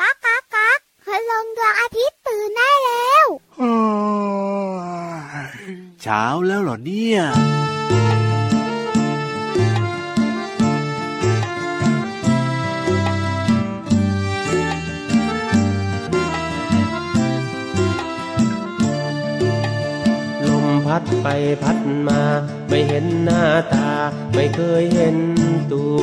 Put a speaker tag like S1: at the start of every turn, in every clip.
S1: ก๊ากก๊ากก๊ากคืลงดวงอาทิตย์ตื่นได้แล้ว
S2: เช้าแล้วเหรอเนี่ย
S3: ลมพัดไปพัดมา ไม่เห็นหน้าตา ไม่เคยเห็นตัว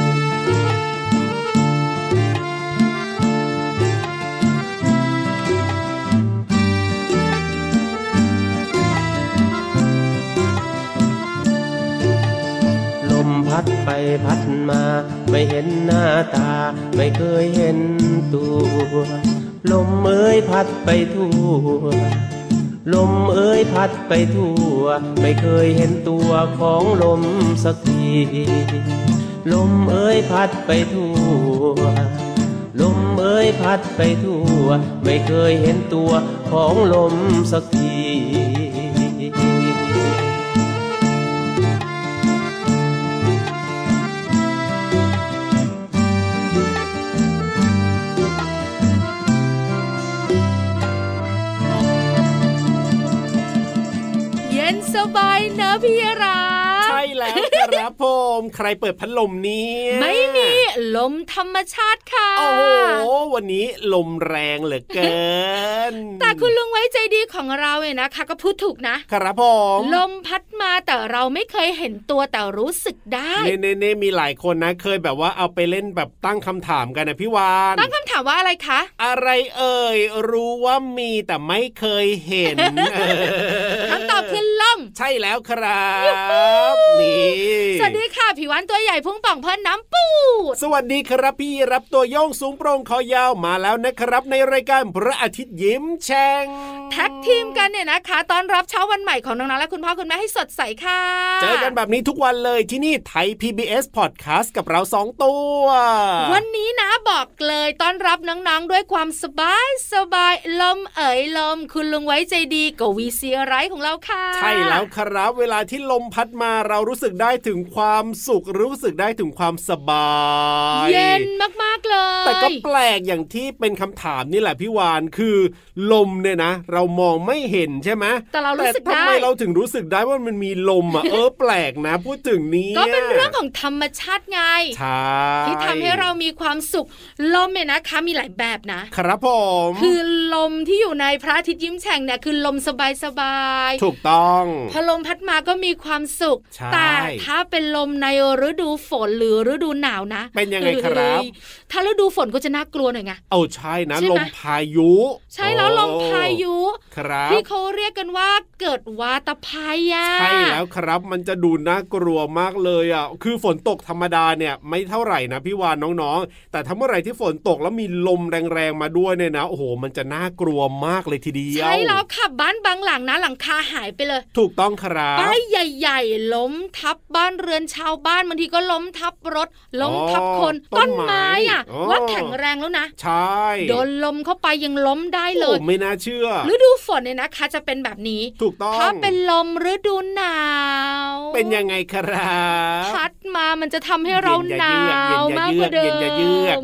S3: ลมพัดไปพัดมา ไม่เห็นหน้าตา ไม่เคยเห็นตัว ลมเอ้ยพัดไปทั่ว ลมเอ้ยพัดไปทั่ว ไม่เคยเห็นตัวของลมสักที ลมเอ้ยพัดไปทั่ว ลมเอ้ยพัดไปทั่ว ไม่เคยเห็นตัวของลมสักที
S4: เย็นสบายนะพี่รา
S5: ใช่แล้วครับผมใครเปิดพัดลมเนี่ย
S4: ไม่มีลมธรรมชาติค่ะ
S5: โอ้โหวันนี้ลมแรงเหลือเกิน
S4: แต่คุณลุงไว้ใจดีของเราเนี่ยนะคะ ก็พูดถูกนะ
S5: ครับผม
S4: ลมพัดมาแต่เราไม่เคยเห็นตัวแต่รู้สึกได้
S5: เน่เน่เน่มีหลายคนนะเคยแบบว่าเอาไปเล่นแบบตั้งคำถามกันนะพี่วาน
S4: ตั้งคำถามว่าอะไรคะ
S5: อะไรเอ่ย รู้ว่ามีแต่ไม่เคยเห็น เออ
S4: คำตอบคือลม
S5: ใช่แล้วครับ
S4: ยูฮู
S5: นี่
S4: สวัสดีค่ะผิววันตัวใหญ่พุ่งป่องเพิ่นน้ำปูด
S5: สวัสดีครับพี่รับตัวโย่องสูงโปร่งคอยาวมาแล้วนะครับ ในรายการพระอาทิตย์ยิ้มแฉ่ง
S4: แท็กทีมกันเนี่ยนะคะตอนรับเช้าวันใหม่ของน้องๆและคุณพ่อคุณแม่ให้สดใสค่ะ
S5: เจอกันแบบนี้ทุกวันเลยที่นี่ไทย PBS Podcast กับเราสองตัว
S4: วันนี้นะบอกเลยต้อนรับน้องๆด้วยความสบายสบายลมเอ๋ยลม คุณลุงไว้ใจดีกวีซีไรต์ของเราค่ะ
S5: ใช่แล้วครับ เวลาที่ลมพัดมาเรารู้สึกได้ถึงความสุขรู้สึกได้ถึงความสบาย
S4: เย็นมากๆเลย
S5: แต่ก็แปลกอย่างที่เป็นคำถามนี่แหละพี่วานคือลมเนี่ยนะ เรามองไม่เห็นใช่ไหม
S4: แต่เรารู้สึกได้
S5: ทำไมเราถึงรู้สึกได้ว่ามันมีลมอ่ะ เออแปลกนะ พูดถึงนี้
S4: ก็เป็นเรื่องของธรรมชาติไง
S5: ใช่
S4: ที่ทำให้เรามีความสุขลมเนี่ยนะคะมีหลายแบบนะ
S5: ครับผม
S4: คือลมที่อยู่ในพระอาทิตย์ยิ้มแฉ่งเนี่ยคือลมสบายสบายๆ
S5: ถูกต้อง
S4: พอลมพัดมาก็มีความสุข
S5: ใช่
S4: แต่ถ้าเป็นลมในฤดูฝนหรือฤดูหนาวนะ
S5: เป็นยังไงครับ
S4: ถ้าฤดูฝนก็จะน่ากลัวหน่อยไง
S5: เอาใช่นะ
S4: ใช่ไหม
S5: ลมพายุ
S4: ใช่แล้ว
S5: โอ้
S4: ลมพายุ
S5: ครับ
S4: ที่เขาเรียกกันว่าเกิดวาตภัยอะ
S5: ใช่แล้วครับมันจะดูน่ากลัวมากเลยอ่ะคือฝนตกธรรมดาเนี่ยไม่เท่าไหร่นะพี่วานน้องๆ แต่ถ้าเมื่อไหร่ที่ฝนตกแล้วมีลมแรงๆมาด้วยเนี่ยนะโอ้โห มันจะน่ากลัวมากเลยทีเดียว
S4: ใช่แล้วค่ะบ้านบางหลังนะหลังคาหายไปเลย
S5: ถูกต้องครับ
S4: ป้ายใหญ่ๆ ล้มทับบ้านเรือนชาวบ้านบางทีก็ล้มทับรถ ล้มทับคน
S5: ต้
S4: ต้
S5: น
S4: น
S5: ไม้
S4: ไม้อ่ะ
S5: โอ้
S4: ว่าแข็งแรงแล้วนะ
S5: ใช่
S4: โดนลมเข้าไปยังล้มได้เล
S5: โอ้
S4: ย
S5: ไม่น่าเชื่อ
S4: ฤดูฝนเนี่ยนะคะจะเป็นแบบนี้
S5: ถูกต้อง
S4: ถ้าเป็นลมฤดูหนาว
S5: เป็นยังไงครับ
S4: พัดมามันจะทำให้เราหนาวมากกว่าเดิ
S5: เย็
S4: ม
S5: นอย่าเยือก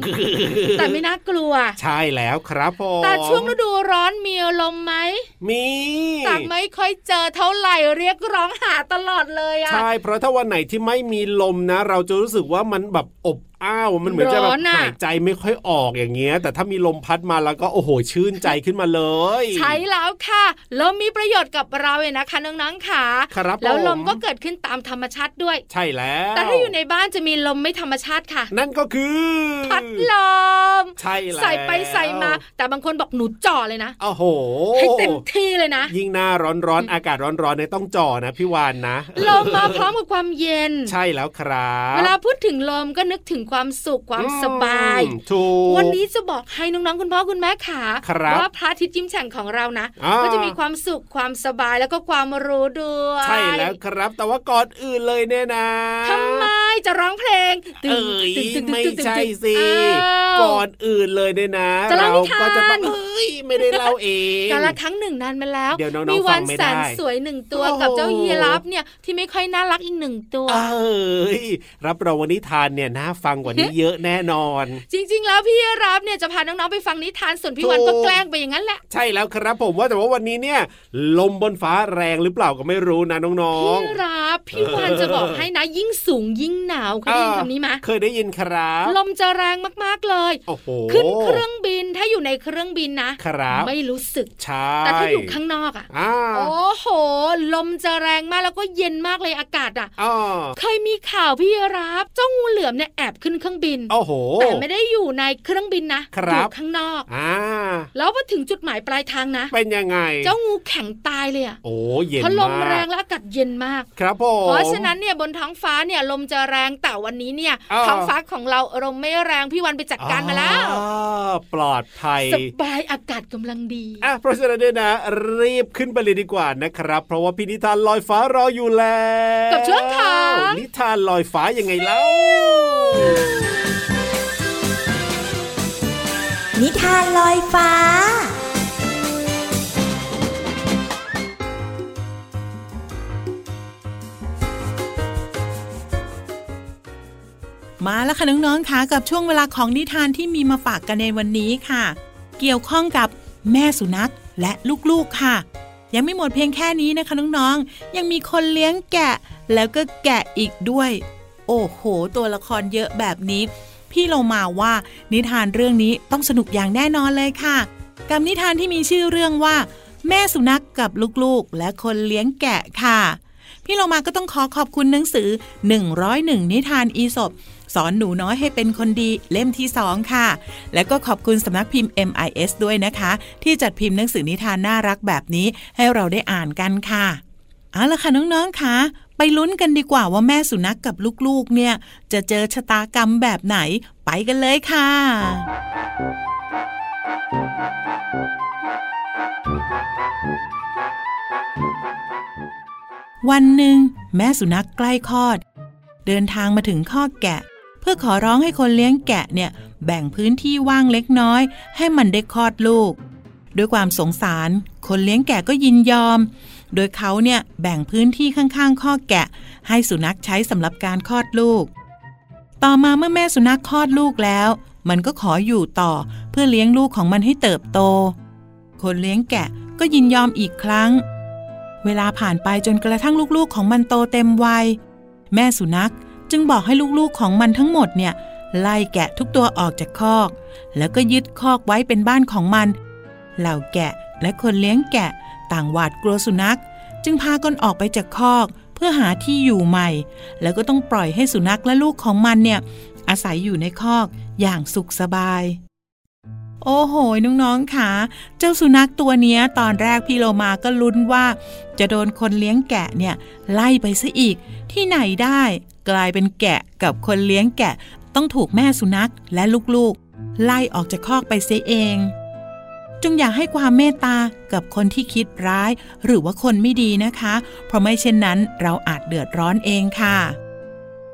S4: แต่ไม่น่ากลัว
S5: ใช่แล้วครับผม
S4: แต่ช่วงฤดูร้อนมีลมไหม
S5: มี
S4: แต่ไม่ค่อยเจอเท่าไหร่เรียกร้องหาตลอดเลยอะ
S5: ใช่เพราะถ้าวันไหนที่ไม่มีลมนะ เราจะรู้สึกว่ามันแบบอบอ้าวมันเหมือนจะแบ
S4: ร้
S5: บ
S4: อนอะ
S5: หายใจไม่ค่อยออกอย่างเงี้ย แต่ถ้ามีลมพัดมาแล้วก็โอ้โหชื่นใจขึ้นมาเลย
S4: ใช้แล้วค่ะลมมีประโยชน์กับเราเนี่ยนะคะน้องๆค่ะ
S5: ครับ
S4: แล้วลม
S5: ผ
S4: ก็เกิดขึ้นตามธรรมชาติด้วย
S5: ใช่แล้ว
S4: แต่ถ้าอยู่ในบ้านจะมีลมไม่ธรรมชาติค่ะ
S5: นั่นก็คือ
S4: พัดลม
S5: ใช่แล้ว
S4: ใส่ไปใส่มา แต่บางคนบอกหนูจ่อเลยนะ
S5: โอ้โห
S4: ให้เต็มที่เลยนะ
S5: ยิ่งหน้าร้อนๆอากาศร้อนๆเนี่ยต้องจ่อนะพี่วานนะ
S4: ลมมาพร้อมกับความเย็น
S5: ใช่แล้วครับ
S4: เวลาพูดถึงลมก็นึกถึง ความสุขความสบาย
S5: อืมถูก
S4: วันนี้จะบอกให้น้องๆคุณพ่อคุณแม่ขา
S5: ครับ
S4: ว่าพระอาทิตย์ยิ้มแฉ่งของเรานะ
S5: อ่า
S4: ก็จะมีความสุขความสบายแล้วก็ความรู้ด้วย
S5: ใช่แล้วครับ แต่ว่าก่อนอื่นเลยเนี่ยนะ
S4: ทำไมจะร้องเพลง
S5: เอ้ย
S4: ตึงๆๆๆๆๆ
S5: ไม่ใช่สิ
S4: อ้าว
S5: ก่อนอื่นเลยเนี่ยนะ
S4: จะเล่า
S5: เรา
S4: นิทาน
S5: ก็จะต้องเอ้ยไม่ได้เล่าเอง
S4: กาละครั้งหนึ่งนานมาแล้ว
S5: เดี๋ยวน้องๆ
S4: มีวั
S5: ฟังไม่
S4: แสน
S5: ได้
S4: สวยหนึ่งตัว
S5: โอ้โห
S4: กับเจ้ายีรับเนี่ยที่ไม่ค่อยน่ารักอีกหนึ่งตัว
S5: เอ้ยรับรองวันนิทานเนี่ยน่าฟังกว่านี้เยอะแน่นอน
S4: จริง ๆ แล้วพี่ยีรับเนี่ยจะพาน้องๆไปฟังนิทานส่วนพี่วันก็
S5: ถูก
S4: แกล้งไปอย่างนั้นแหละ
S5: ใช่แล้วครับผมว่าแต่ว่าวันนี้เนี่ย ลมบนฟ้าแรงหรือเปล่าก็ไม่รู้นะน้อง
S4: พี่รับพี่วาน
S5: เออ
S4: จะบอกให้นะ ยิ่งสูงยิ่งหนาวเคยได้ยินคำนี้ไหม
S5: เคยได้ยินครับ
S4: ลมจะแรงมากๆเลย
S5: โอ้โห
S4: ขึ้นเครื่องบินถ้าอยู่ในเครื่องบินนะครับ ไม่รู้สึก
S5: ใช่
S4: แต่ถ้าอยู่ข้างนอกอ่ะ
S5: อ่า
S4: โอ้โห ลมจะแรงมากแล้วก็เย็นมากเลยอากาศอ่ะ
S5: อ๋อ
S4: เคยมีข่าวพี่รับเจ้างูเหลือมเนี่ยแอบขึ้นเครื่องบิน
S5: โอ้โห
S4: แต่ไม่ได้อยู่ในเครื่องบินนะครับ อยู่ข้างนอก
S5: อ่า
S4: แล้วพอถึงจุดหมายปลายทางนะ
S5: เป็นยังไง
S4: เจ้างูแข็งตายเลยอะ
S5: โอ้เย็น
S4: เพราะลม
S5: าก
S4: แรงและอากาศเย็นมาก
S5: ครับผม
S4: เพราะฉะนั้นเนี่ยบนท้องฟ้าเนี่ยลมจะแรงแต่วันนี้เนี่ย
S5: อ้าว
S4: ท้องฟ้าของเราลมไม่แรงพี่วันไปจัดการมาแล้ว
S5: อ่าปลอดภัย
S4: สบายอากาศกำลังดี
S5: อ่ะเพราะฉะนั้นเนี่ยนะ รีบขึ้นไปเลยดีกว่านะครับ เพราะว่าพินิธานลอยฟ้ารออยู่แล้ว
S4: กับช่วงข่าว
S5: นิทานลอยฟ้ายังไงเล่า
S6: นิทานลอยฟ้า
S7: มาแล้วค่ะน้องๆค่ะกับช่วงเวลาของนิทานที่มีมาฝากกันในวันนี้ค่ะ เกี่ยวข้องกับแม่สุนัขและลูกๆค่ะ ยังไม่หมดเพียงแค่นี้นะคะน้องๆยังมีคนเลี้ยงแกะ แล้วก็แกะอีกด้วย โอ้โห ตัวละครเยอะแบบนี้ พี่เรามาว่านิทานเรื่องนี้ต้องสนุกอย่างแน่นอนเลยค่ะ กับนิทานที่มีชื่อเรื่องว่า แม่สุนัขกกับลูกๆ และคนเลี้ยงแกะค่ะ พี่เรามาก็ต้องขอขอบคุณหนังสือ 101 นิทานอีสบสอนหนูน้อยให้เป็นคนดีเล่มที่ 2 ค่ะ แล้วก็ขอบคุณสำนักพิมพ์ MIS ด้วยนะคะ ที่จัดพิมพ์หนังสือนิทานน่ารักแบบนี้ให้เราได้อ่านกันค่ะ เอาละค่ะน้องๆค่ะไปลุ้นกันดีกว่าว่าแม่สุนัขกกับลูกๆ เนี่ย จะเจอชะตากรรมแบบไหนไปกันเลยค่ะ วันหนึ่งแม่สุนัขใกล้คลอด เดินทางมาถึงข้อกแกะ เพื่อขอร้องให้คนเลี้ยงแกะเนี่ยแบ่งพื้นที่ว่างเล็กน้อย ให้มันได้คลอดลูก ด้วยความสงสาร คนเลี้ยงแกะก็ยินยอม โดยเขาเนี่ยแบ่งพื้นที่ข้างๆข้อกแกะ ให้สุนัขใช้สำหรับการคลอดลูก ต่อมาเมื่อแม่สุนัขคลอดลูกแล้ว มันก็ขออยู่ต่อเพื่อเลี้ยงลูกของมันให้เติบโต คนเลี้ยงแกะก็ยินยอมอีกครั้ง เวลาผ่านไปจนกระทั่งลูกๆของมันโตเต็มวัย แม่สุนัขจึงบอกให้ลูกๆของมันทั้งหมดเนี่ย ไล่แกะทุกตัวออกจากคอก แล้วก็ยึดคอกไว้เป็นบ้านของมัน เหล่าแกะและคนเลี้ยงแกะต่างหวาดกลัวสุนัข จึงพากันออกไปจากคอก เพื่อหาที่อยู่ใหม่ แล้วก็ต้องปล่อยให้สุนัขและลูกของมันเนี่ย อาศัยอยู่ในคอกอย่างสุขสบาย โอ้โหน้องๆค่ะ เจ้าสุนัขตัวเนี้ยตอนแรกพี่โลมาก็ลุ้นว่า จะโดนคนเลี้ยงแกะเนี่ย ไล่ไปซะอีก ที่ไหนได้ กลายเป็นแกะกับคนเลี้ยงแกะ ต้องถูกแม่สุนัขและลูกๆ ไล่ออกจากคอกไปเสียเอง จงอยากให้ความเมตตากับคนที่คิดร้าย หรือว่าคนไม่ดีนะคะ เพราะไม่เช่นนั้นเราอาจเดือดร้อนเองค่ะ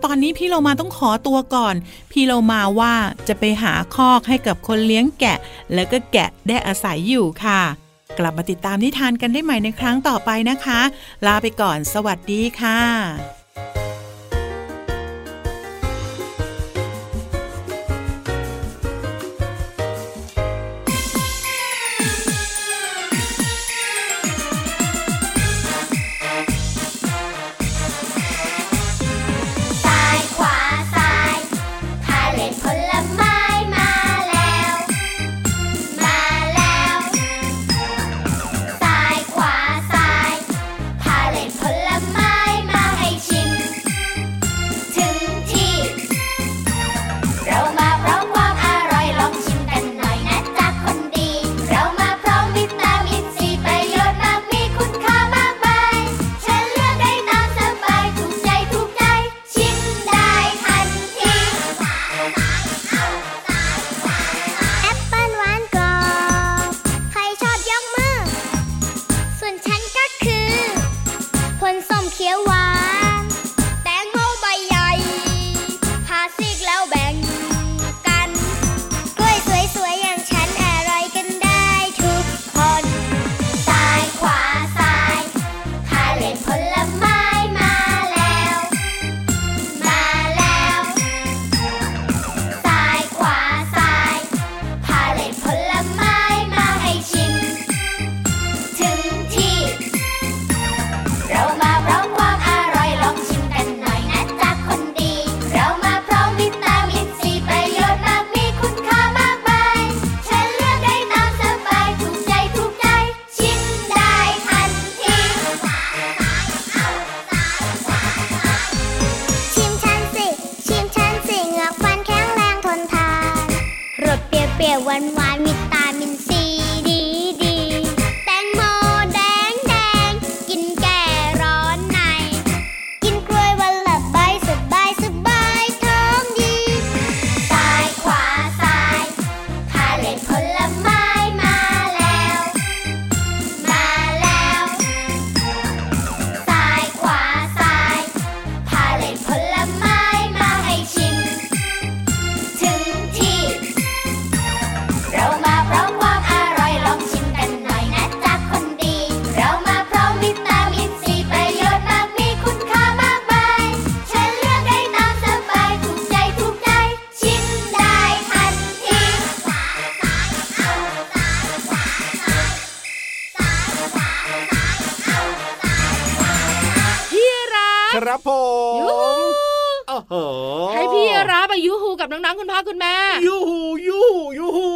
S7: ตอนนี้พี่เรามาต้องขอตัวก่อน พี่เรามาว่าจะไปหาคอกให้กับคนเลี้ยงแกะ แล้วก็แกะได้อาศัยอยู่ค่ะ กลับมาติดตามนิทานกันได้ใหม่ในครั้งต่อไปนะคะ ลาไปก่อนสวัสดีค่ะ
S1: ซ้ายขวาซ้ายพาเล่นผลไม้มาแล้ว มาแล้วซ้ายขวาซ้ายพาเล่นผลไม้มาให้ชิม
S5: ครับผม
S4: ยูฮู
S5: โอ้โห
S4: ให้พี่รับไปยูฮูกับน้องๆคุณพ่อคุณแม่
S5: ยูหูยูหูยูหู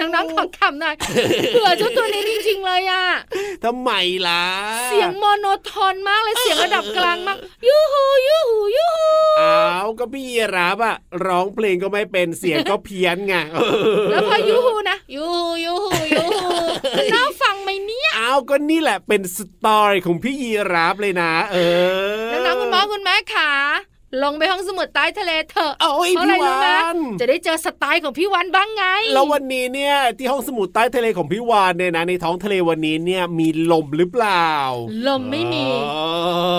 S4: น้องๆของขำหน่อยเผื่อเจ้าตัวนี้จริงๆเลยอ่ะ
S5: ทำไมล่ะ
S4: เสียงโมโนโทนมากเลยเสียงระดับกลางมากยูฮูยูฮูยูฮู
S5: อ้าวก็พี่รับอะร้องเพลงก็ไม่เป็นเสียงก็เพี้ยนไงเออ
S4: แล้วพอยูฮูนะยูฮูยูฮูยูฮู น่าฟังไหมเนี่ย
S5: อ้าวก็นี่แหละเป็นสตอรี่ของพี่ยีรับเลยนะ เออ
S4: น้องๆคุณพ่อคุณแม่ขาลงไปห้องสมุดใต้ทะเลเถอะ
S5: โอ้ย
S4: เพราะอะไร
S5: พี่
S4: รู้
S5: วั
S4: ไหม
S5: น
S4: จะได้เจอสไตล์ของพี่วันบ้างไง
S5: แล้ววันนี้เนี่ย ที่ห้องสมุดใต้ทะเลของพี่วานเนี่ยนะในท้องทะเลวันนี้เนี่ยมีลมหรือเปล่า
S4: ลมไม่มี
S5: เอ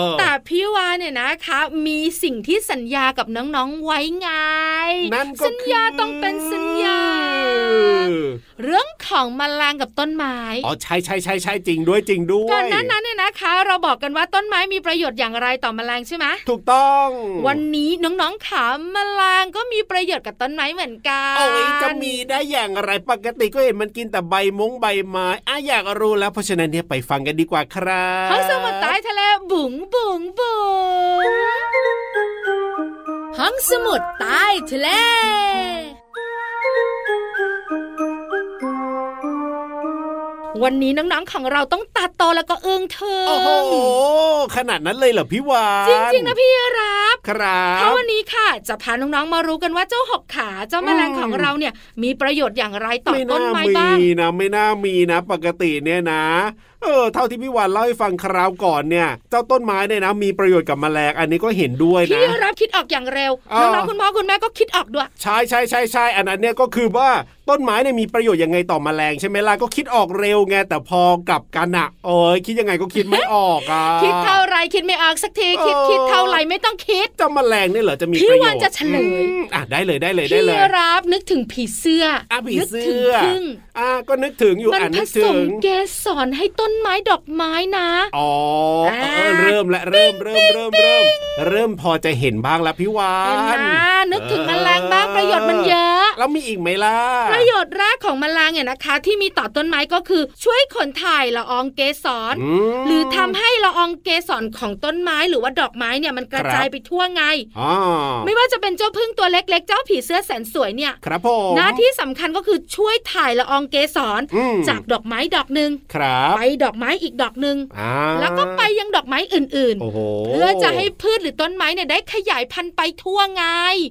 S5: อ
S4: แต่พี่วานเนี่ยนะคะ มีสิ่งที่สัญญากับน้องๆไว้ไง
S5: นั่นก็
S4: สัญญาต้องเป็นสัญญา
S5: คือ
S4: เรื่องของแมลงกับต้นไม้
S5: อ๋อใช่ใช่ใช่ใช่จริงด้วยจริงด้วย
S4: ก่อนหนั้นนั้นเนี่ยนะคะ เราบอกกันว่าต้นไม้มีประโยชน์อย่างไรต่อแมลงใช่ไหม
S5: ถูกต้อง
S4: วันนี้น้องๆขาแมลงก็มีประโยชน์กับต้นไม้เหมือนกัน
S5: โอ้ยจะมีได้อย่างไรปกติก็เห็นมันกินแต่ใบมงใบไม้อ่ะอยากรู้แล้วเพราะฉะนั้นเนี่ยไปฟังกันดีกว่าครับ
S4: ห้องสมุดใต้ทะเลบุ๋งบุ๋งบุ๋งห้องสมุดใต้ทะเล วันนี้น้องๆของเราต้องตาโตแล้วก็เอื้องเธอ
S5: โอ้โหขนาดนั้นเลยเหรอพี่วาน
S4: จริงๆนะพี่รับ
S5: ครับ
S4: ถ้าวันนี้ค่ะ จะพาน้องๆมารู้กันว่าเจ้าหกขาเจ้าแมลง
S5: อืม
S4: ของเราเนี่ย มีประโยชน์อย่างไรต่อ
S5: ไม่
S4: ต้น
S5: น่า
S4: ไม้
S5: มี
S4: บ้าง
S5: นะไม่น่ามีนะ ปกติเนี่ยนะ เออ เท่าที่พี่วานเล่าให้ฟังคราวก่อนเนี่ย เจ้าต้นไม้เนี่ยนะ มีประโยชน์กับแมลงอันนี้ก็เห็นด้วย
S4: พี่
S5: นะ
S4: รับคิดออกอย่างเร็ว
S5: อ่า
S4: น้องๆคุณพ่อคุณแม่ก็คิดออกด้วย
S5: ใช่ใช่ใช่ใช่อันนั้นเนี่ยก็คือว่าต้นไม้เนี่ยมีประโยชน์ยังไงต่อแมลงใช่ไหมล่ะก็คิดออกเร็วไงแต่พอกลับกันอะเอ้ยคิดยังไงก็คิดไม่ออกอะ
S4: คิดเท่าไรคิดไม่ออกสักทีคิด
S5: เออ
S4: คิดเท่าไรไม่ต้องคิด
S5: เจ้าแมลงเนี่ยเหรอจะมี
S4: พี่
S5: ประโยชน์
S4: วันจะเฉลย
S5: อืมอ่ะได้เลยได้เลยได้
S4: พี่
S5: เลย
S4: รับนึกถึงผีเสื้อ
S5: อ่ะผี
S4: นึกถึ
S5: เสื้
S4: ง
S5: อ
S4: พึ่ง
S5: อ่ะก็นึกถึงอยู่
S4: มัน
S5: อ่ะ
S4: ผ
S5: นึก
S4: ส
S5: ถึ
S4: ม
S5: ง
S4: เกสรให้ต้นไม้ดอกไม้นะ
S5: อ๋อ
S4: อ่า
S5: เออเริ่มละเริ่มเริ่มเริ่มเริ่มเริ่มพอจะเห็นบ้างแล้วพี่วา
S4: เห็น
S5: น
S4: นะนึกถึงแมลงบ้างประโยชน์มันเยอะ
S5: แล้วมีอีกไหมล่ะ
S4: ประโยชน์แรกของแมลงเนี่ยนะคะ ที่มีต่อต้นไม้ก็คือช่วยขนถ่ายละอองเกสร
S5: อืม
S4: หรือทำให้ละอองเกสรของต้นไม้หรือว่าดอกไม้เนี่ยมันกระจาย
S5: ครับ
S4: ไปทั่วไง
S5: อ๋อ
S4: ไม่ว่าจะเป็นเจ้าพึ่งตัวเล็ก ๆ เจ้าผีเสื้อแสนสวยเนี่ย
S5: ครับผม
S4: หน้าที่สำคัญก็คือช่วยถ่ายละอองเกสร
S5: อืม
S4: จากดอกไม้ดอกหนึ่ง
S5: ครับ
S4: ไปดอกไม้อีกดอกหนึ่ง
S5: อ่า
S4: แล้วก็ไปยังดอกไม้อื่น
S5: โอ้โห
S4: ๆ เพื่อจะให้พืชหรือต้นไม้เนี่ยได้ขยายพันธุ์ไปทั่วไง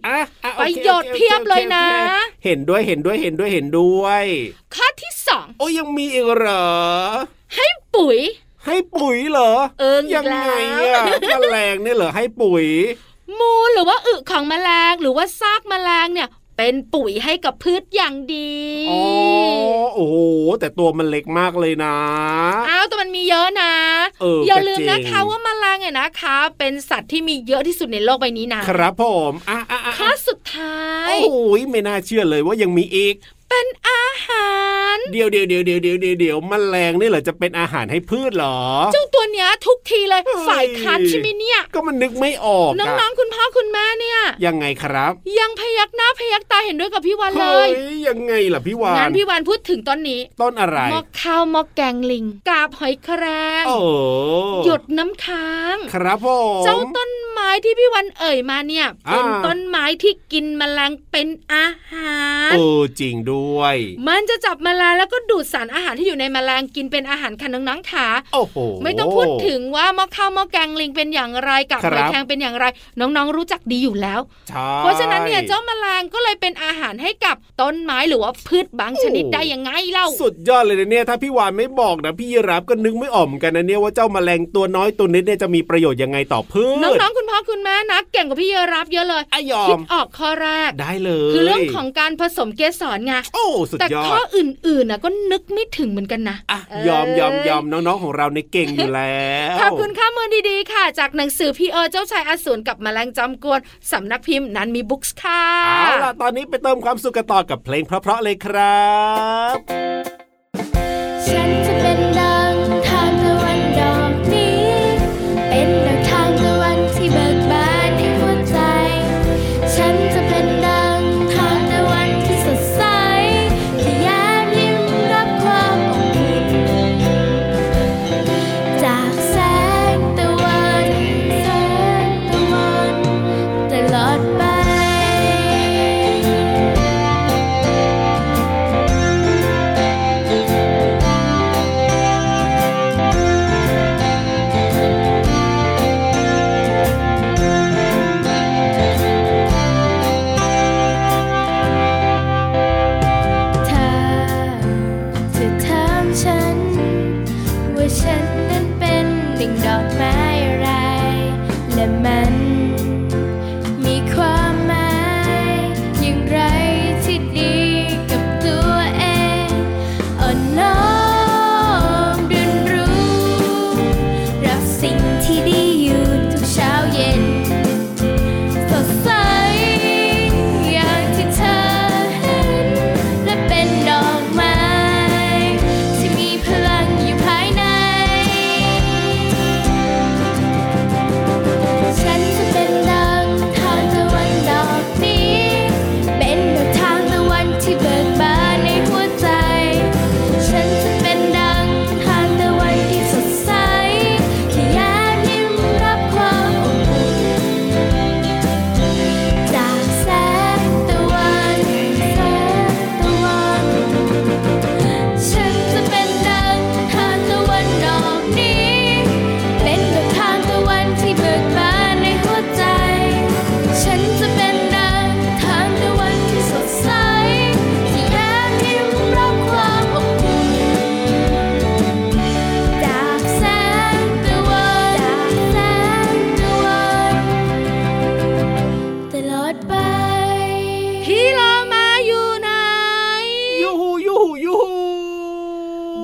S5: อ่ะอ่ะโอ
S4: ป
S5: เค
S4: ระโยชน์
S5: โอค
S4: เพียบเลยนะ
S5: โอเคโอเคเห็นด้วยเห็นด้วยเห็นด้วยเห็นด้วย
S4: ข้อที่สอง
S5: โอ้ยยังมีอีกเหรอ
S4: ให้ปุ๋ย
S5: ให้ปุ๋ยเหรอ
S4: เอิงอี
S5: ยั
S4: ก
S5: ง
S4: แล้ว
S5: ไงอะแมลงเนี่ยเหรอให้ปุ๋ย
S4: มูลหรือว่าอึของแมลงหรือว่าซากแมลงเนี่ย เป็นปุ๋ยให้กับพืชอย่างดี
S5: อ๋อ โอ้โห แต่ตัวมันเล็กมากเลยนะ
S4: อ้าวแต่มันมีเยอะนะ
S5: เออ
S4: อย่าลืม
S5: ก็จริง
S4: นะคะว่าแมลงเนี่ยนะคะ เป็นสัตว์ที่มีเยอะที่สุดในโลกใบนี้นะครับ
S5: ผมอ่ะอ่ะอ่ะ
S4: ข้อสุดท้าย
S5: โอ้โหไม่น่าเชื่อเลยว่ายังมีอีก
S4: เป็นอาหาร
S5: เดี๋ยวเดี๋ยวเดี๋ยวเดี๋ยวเดี๋ยวเดี๋ยวเดี๋ยวแมลงเนี่ยเหรอจะเป็นอาหารให้พืชเหรอ
S4: เจ้าตัวเนี้ยทุกทีเลย
S5: เฮ้ย
S4: ฝ่ายค้านใช่ไหมเนี่ย
S5: ก็มันนึกไม่ออก
S4: น้องๆคุณพ่อคุณแม่เนี่ย
S5: ๆยังไงครับ
S4: ยังพยักหน้าพยักตาเห็นด้วยกับพี่วันเล
S5: เฮ้
S4: ย
S5: ยยังไงล่ะพี่วาน
S4: งั้นพี่วันพูดถึงต้นนี้
S5: ต้นอะไร
S4: หม้อข้าวหม้อแกงลิงกาบหอยแครง
S5: โอ้โห
S4: หยดน้ำค้าง
S5: ครับผม
S4: เจ้าต้นไม้ที่พี่วันเอ่ยมาเนี่ย
S5: อ่า
S4: เป็นต้นไม้ที่กินแมลงเป็นอาหาร
S5: เออจริงด้วย
S4: มันจะจับแมลงแล้วก็ดูดสารอาหารที่อยู่ในแมลงกินเป็นอาหารค่ะน้องๆขา
S5: โอ้โห
S4: ไม่ต้องพูดถึงว่าหมอข้าวหมอแกงลิงเป็นอย่างไรกับ
S5: ครับ
S4: หอยแครงเป็นอย่างไร น้องๆรู้จักดีอยู่แล้ว
S5: ใช่
S4: เพราะฉะนั้นเนี่ยเจ้าแมลงก็เลยเป็นอาหารให้กับต้นไม้หรือว่าพืชบางชนิดได้ยังไงเล่า
S5: สุดยอดเลยนะเนี่ย ถ้าพี่วานไม่บอกนะพี่ยีรับก็นึกไม่ออกเหมือนกันนะเนี่ยว่าเจ้าแมลงตัวน้อยตัวนิดเนี่ยจะมีประโยชน์ยังไงต่อพืช
S4: น้องๆคุณพ่อคุณแม่นะเก่งกว่าพี่เยรับเยอะเลย
S5: อะยอ
S4: คิ
S5: ม
S4: ดออกข้อแรก
S5: ได้เลย
S4: คือเรื่องของการผสมเกสรไง
S5: โอ้สุด
S4: แต่
S5: ยอ
S4: ข้อ
S5: ด
S4: อื่นๆนะก็นึกไม่ถึงเหมือนกันนะ
S5: อ่ะ
S4: เ
S5: ยอมยอมยอมน้องๆของเราในยเก่งอยู่แล้ว
S4: ขอบคุณข้ามูลดีๆค่ะ จากหนังสือพี่เออเจ้าชายอสูรกับแมลงจอมกวนสำนักพิมพ์นันมีบุ๊กส์ค่ะ
S5: เอาล่ะตอนนี้ไปเติมความสุขกันต่อกับเพลงเพราะๆเลยครับ
S1: ฉันจะเป็นดังทานตะวันดอกนี้ เป็นดังทานตะวันที่เบิกบานในหัวใจ ฉันจะเป็นดังทานตะวันที่สดใสที่แย้มยิ้มรับความอบอุ่นจากแสงตะวันแสง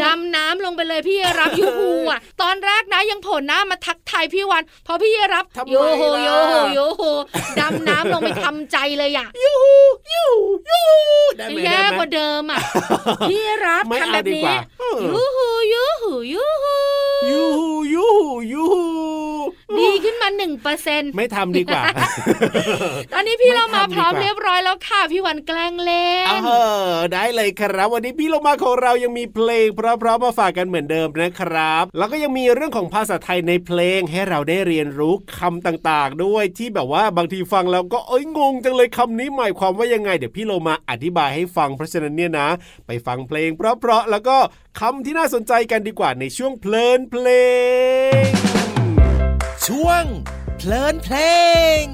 S4: ดำน้ำลงไปเลยพี่ รับยูฮูอ่ะ ตอนแรกนะยังโผล่หน้ามาทักทายพี่วันพอพี่รับ
S5: ทำไม
S4: โยโฮ
S5: ล่ะ
S4: โยโฮโยโฮดำน้ำลงไปทำใจเลยอ่ะ
S5: ยูยูได้ไหม
S4: แย่
S5: ได้ไห
S4: ก
S5: ม
S4: ว่าเดิมอ่ะ พี่รับ
S5: ไม่
S4: ทำแบบ
S5: เอาดีก
S4: นี้
S5: ว่า
S4: ยูฮูยูฮูยูฮู
S5: ยูหูยูหูยูหู
S4: ดีขึ้นมาหนึ่งเปอร์เซ็น
S5: ไม่ทำดีกว่า
S4: ตอนนี้พี่
S5: ไม่
S4: เรา
S5: ทำ
S4: มา
S5: ดี
S4: พร้อม
S5: กว่า
S4: เรียบร้อยแล้วค่ะ พี่วันแกล้งเล่น
S5: เออได้เลยครับ วันนี้พี่โลมาของเรายังมีเพลง เพราะๆมาฝากกันเหมือนเดิมนะครับ แล้วก็ยังมีเรื่องของภาษาไทยในเพลงให้เราได้เรียนรู้คำต่างๆ ด้วยที่แบบว่าบางทีฟังแล้วก็เอ้ยงงจังเลยคำนี้หมายความว่ายังไง เดี๋ยวพี่โลมาอธิบายให้ฟังเพราะฉะนั้นเนี่ยนะ ไปฟังเพลง เพราะๆแล้วก็คำที่น่าสนใจกันดีกว่าในช่วงเพลินเพลง
S2: ช่วง เพลินเพลง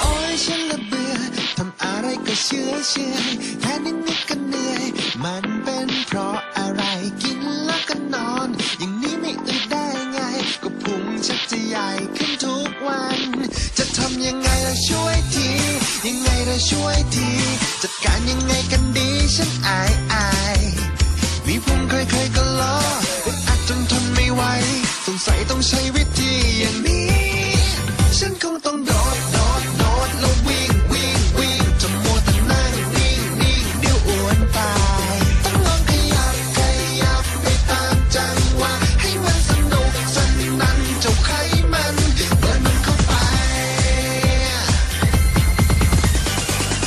S8: โอ้ยฉันละเบื่อทำอะไรก็เชื่อเชื่อแค่นิดนิดๆก็เหนื่อย มันเป็นเพราะอะไรกินแล้วก็นอน อย่างนี้ไม่อึดได้ไง ก็พุงชักจะใหญ่ขึ้นทุกวัน จะทำยังไงล่ะช่วยที ยังไงล่ะช่วยที จัดการยังไงกันดีฉันอายอายมีพุงเคยเคยๆก็ล้ออึดอัดจนทนไม่ไหวสงสัยต้องใช้วิธีอย่างนี้ ฉันคงต้องโดด โดด โดด แล้ววิ่ง วิ่ง วิ่งจะมัวแต่นั่งนิ่งนิ่งเดี๋ยวอ้วนตาย ต้องลองขยับ ขยับไปตามจังหวะให้มันสนุกสนานเจ้าไขมันเปิดมันเข้าไป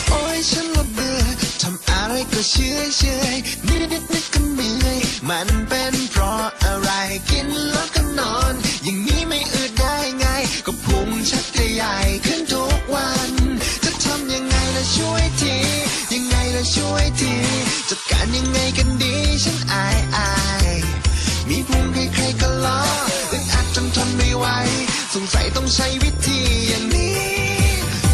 S8: โอ้ยฉันละเบื่อทำอะไรก็เชื่อเชื่อยนิดนิดนิดก็เมื่อยมันเป็นเพราะอะไรกินแล้วก็นอน อย่างนี้ไม่อืดได้ไง ก็พุงชักจะใหญ่ขึ้นทุกวัน จะทำยังไงล่ะช่วยที ยังไงล่ะช่วยทีจัดการยังไงกันดีฉันอายอายมีพุงใครๆก็ล้ออึดอัดจนทนไม่ไหวสงสัยต้องใช้วิธีอย่างนี้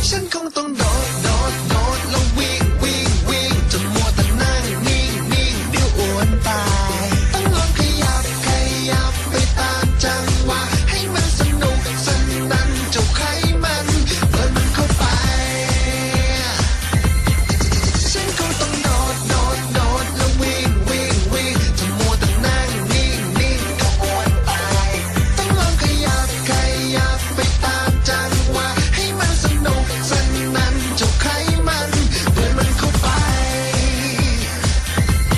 S8: ฉันคงต้องโดด โดด โดด แล้ววิ่ง วิ่ง วิ่งจนมัวแต่นั่งนิ่งนิ่งเดี๋ยวอ้วนตาย ต้องลองขยับ ขยับไปตามจังหวะให้มันสนุกสนานเจ้าไขมันเปิดมันเข้าไป ฉันคงต้องโดด โดด โดด แล้ววิ่ง วิ่ง วิ่งจะมัวแต่นั่งนิ่งนิ่งก็อ้วนตาย ต้องลองขยับ ขยับไปตามจังหวะให้มันสนุกสนานเจ้าไขมันเปิดมันเข้าไป โด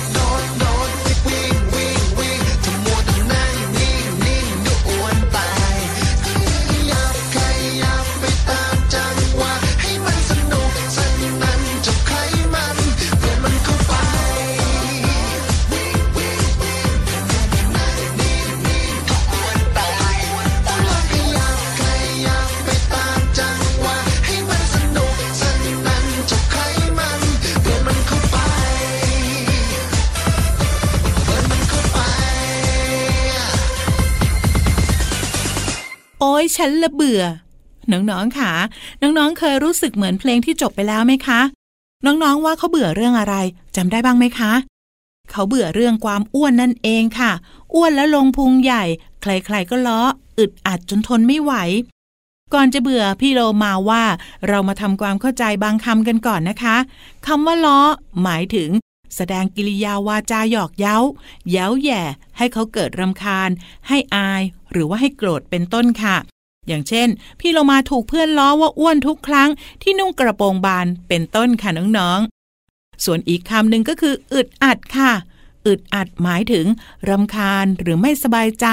S8: ด โดด โดด วิ่ง วิ่ง วิ่งจะมัวแต่นั่งนิ่งนิ่งเดี๋ยวอ้วนตาย ขยับ ขยับไปตามจังหวะให้มันสนุกสนานเจ้าไขมันเปิดมันเข้าไป ต้องลองขยับขยับไปตามจังหวะให้มันสนุกสนานเจ้าไขมันเปิดมันเข้าไป เปิดมันเข้าไป
S7: โอ้ยฉันละเบื่อ น้องๆค่ะ น้องๆ เคยรู้สึกเหมือนเพลงที่จบไปแล้วไหมคะ น้องๆ ว่าเขาเบื่อเรื่องอะไรจำได้บ้างไหมคะ เขาเบื่อเรื่องความอ้วนนั่นเองค่ะ อ้วนแล้วลงพุงใหญ่ ใครๆก็ล้อ อึดอัดจนทนไม่ไหว ก่อนจะเบื่อพี่โลมาว่า เรามาทำความเข้าใจบางคำกันก่อนนะคะคำว่าล้อ หมายถึง แสดงกิริยาวาจาหยอกเย้า เย้าแหย่ให้เขาเกิดรำคาญ ให้อาย หรือว่าให้โกรธเป็นต้นค่ะ อย่างเช่น พี่โลมาถูกเพื่อนล้อว่าอ้วนทุกครั้งที่นุ่งกระโปรงบานเป็นต้นค่ะน้องๆ ส่วนอีกคำหนึ่งก็คืออึดอัดค่ะ อึดอัดหมายถึงรำคาญหรือไม่สบายใจ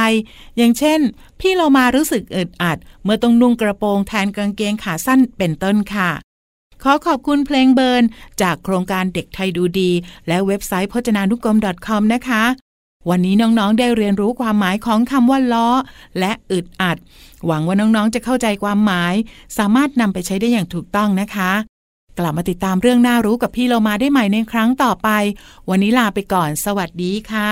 S7: อย่างเช่น พี่เรามารู้สึกอึดอัด เมื่อต้องนุ่งกระโปรงแทนกางเกงขาสั้นเป็นต้นค่ะ ขอขอบคุณเพลงเบิร์น จากโครงการเด็กไทยดูดี และเว็บไซต์พจนานุกรม .com นะคะ วันนี้น้องๆ ได้เรียนรู้ความหมายของคำว่าล้อ และอึดอัด หวังว่าน้องๆ จะเข้าใจความหมาย สามารถนำไปใช้ได้อย่างถูกต้องนะคะ กลับมาติดตามเรื่องน่ารู้กับพี่เรามาได้ใหม่ในครั้งต่อไป วันนี้ลาไปก่อน สวัสดีค่ะ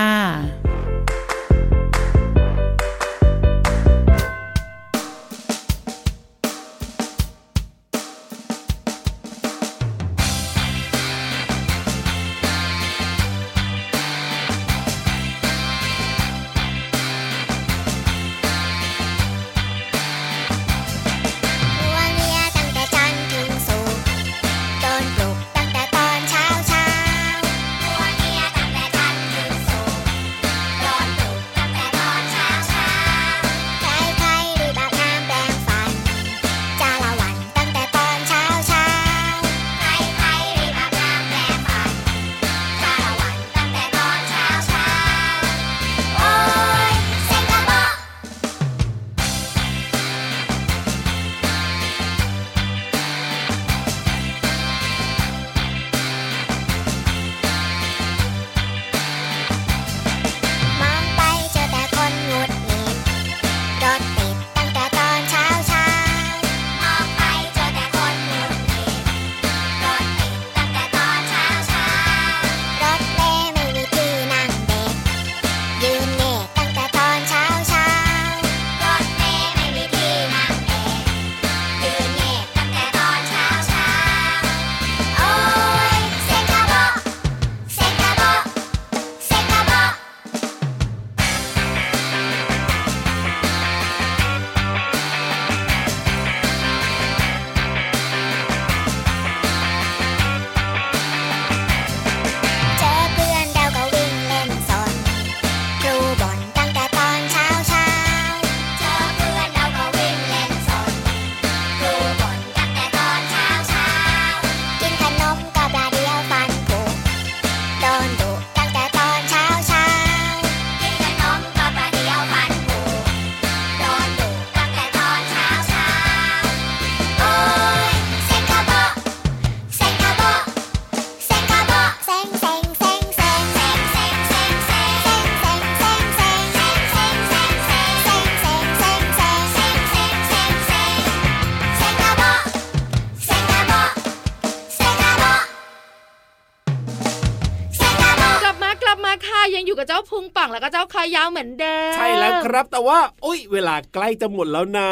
S4: กับเจ้าพุงป่องแล้วก็เจ้าคอยาวเหมือนเดิม
S5: ใช่แล้วครับ แต่ว่าอุ้ยเวลาใกล้จะหมดแล้วนะ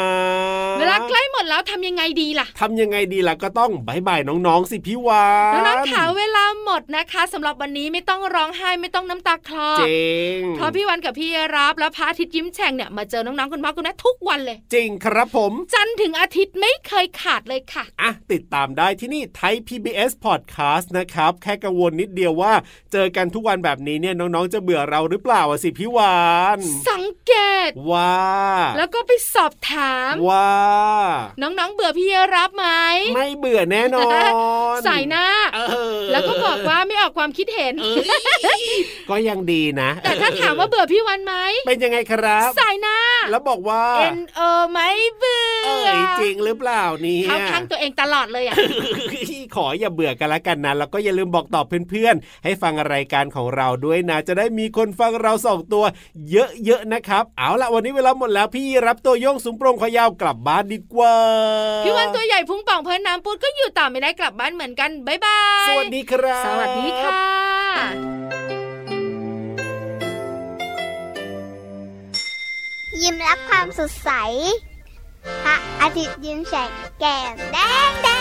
S4: เวลาใกล้หมดแล้วทำยังไงดีล่ะ
S5: ทำยังไงดีล่ะก็ต้องบายบายน้องๆสิพี่วาน
S4: น้องๆค่ะเวลาหมดนะคะสำหรับวันนี้ไม่ต้องร้องไห้ไม่ต้องน้ำตาคลอ
S5: เจง
S4: เพราะพี่วันกับพี่รับแล้วพระอาทิตย์ยิ้มแฉ่งเนี่ยมาเจอน้องๆคุณพ่อคุณแม่ทุกวันเลย
S5: จริงครับผม
S4: จันทร์ถึงอาทิตย์ไม่เคยขาดเลยค่ะ
S5: อ่ะ ติดตามได้ที่นี่ไทย PBS Podcast นะครับ แค่กังวลนิดเดียวว่า เจอกันทุกวันแบบนี้เนี่ยน้องๆ จะเบื่อเราหรือเปล่าอะสิพี่วาน
S4: สังเกต
S5: ว่า
S4: แล้วก็ไปสอบถาม
S5: ว่า
S4: น้องๆเบื่อพี่รับไหม
S5: ไม่เบื่อแน่นอน
S4: ใส่หน้า
S5: เออ
S4: แล้วก็บอกว่าไม่ออกความคิดเห็น
S5: ก็ยังดีนะ
S4: แต่ถ้าถามว่าเบื่อพี่วันไหม
S5: เป็นยังไงครับ
S4: ใส่หน้า
S5: แล้วบอกว่า
S4: N O ไหมเบื่
S5: เอ
S4: อ
S5: ยจริงหรือเปล่าเนี่ย
S4: เข้าข้างตัวเองตลอดเลยอ่ะ
S5: ขออย่าเบื่อกันละกันนะ แล้วก็อย่าลืมบอกต่อเพื่อนๆ ให้ฟังรายการของเราด้วยนะ จะได้มีคนฟังเราสองตัวเยอะๆนะครับ เอาละวันนี้เวลาหมดแล้วพี่รับตัวโยงสูงโปรงขอยาวกลับบ้านดีกว่า
S4: พี่วันตัวใหญ่พุงป่องเพลินน้ำปูดก็อยู่ต่อไม่ได้กลับบ้านเหมือนกัน บ๊ายบาย
S5: สวัสดีครับ
S4: สวัสดีค่ะ
S9: ยิ้มรับความสดใส พระอาทิตย์ยิ้มแฉกแก้มแดงแด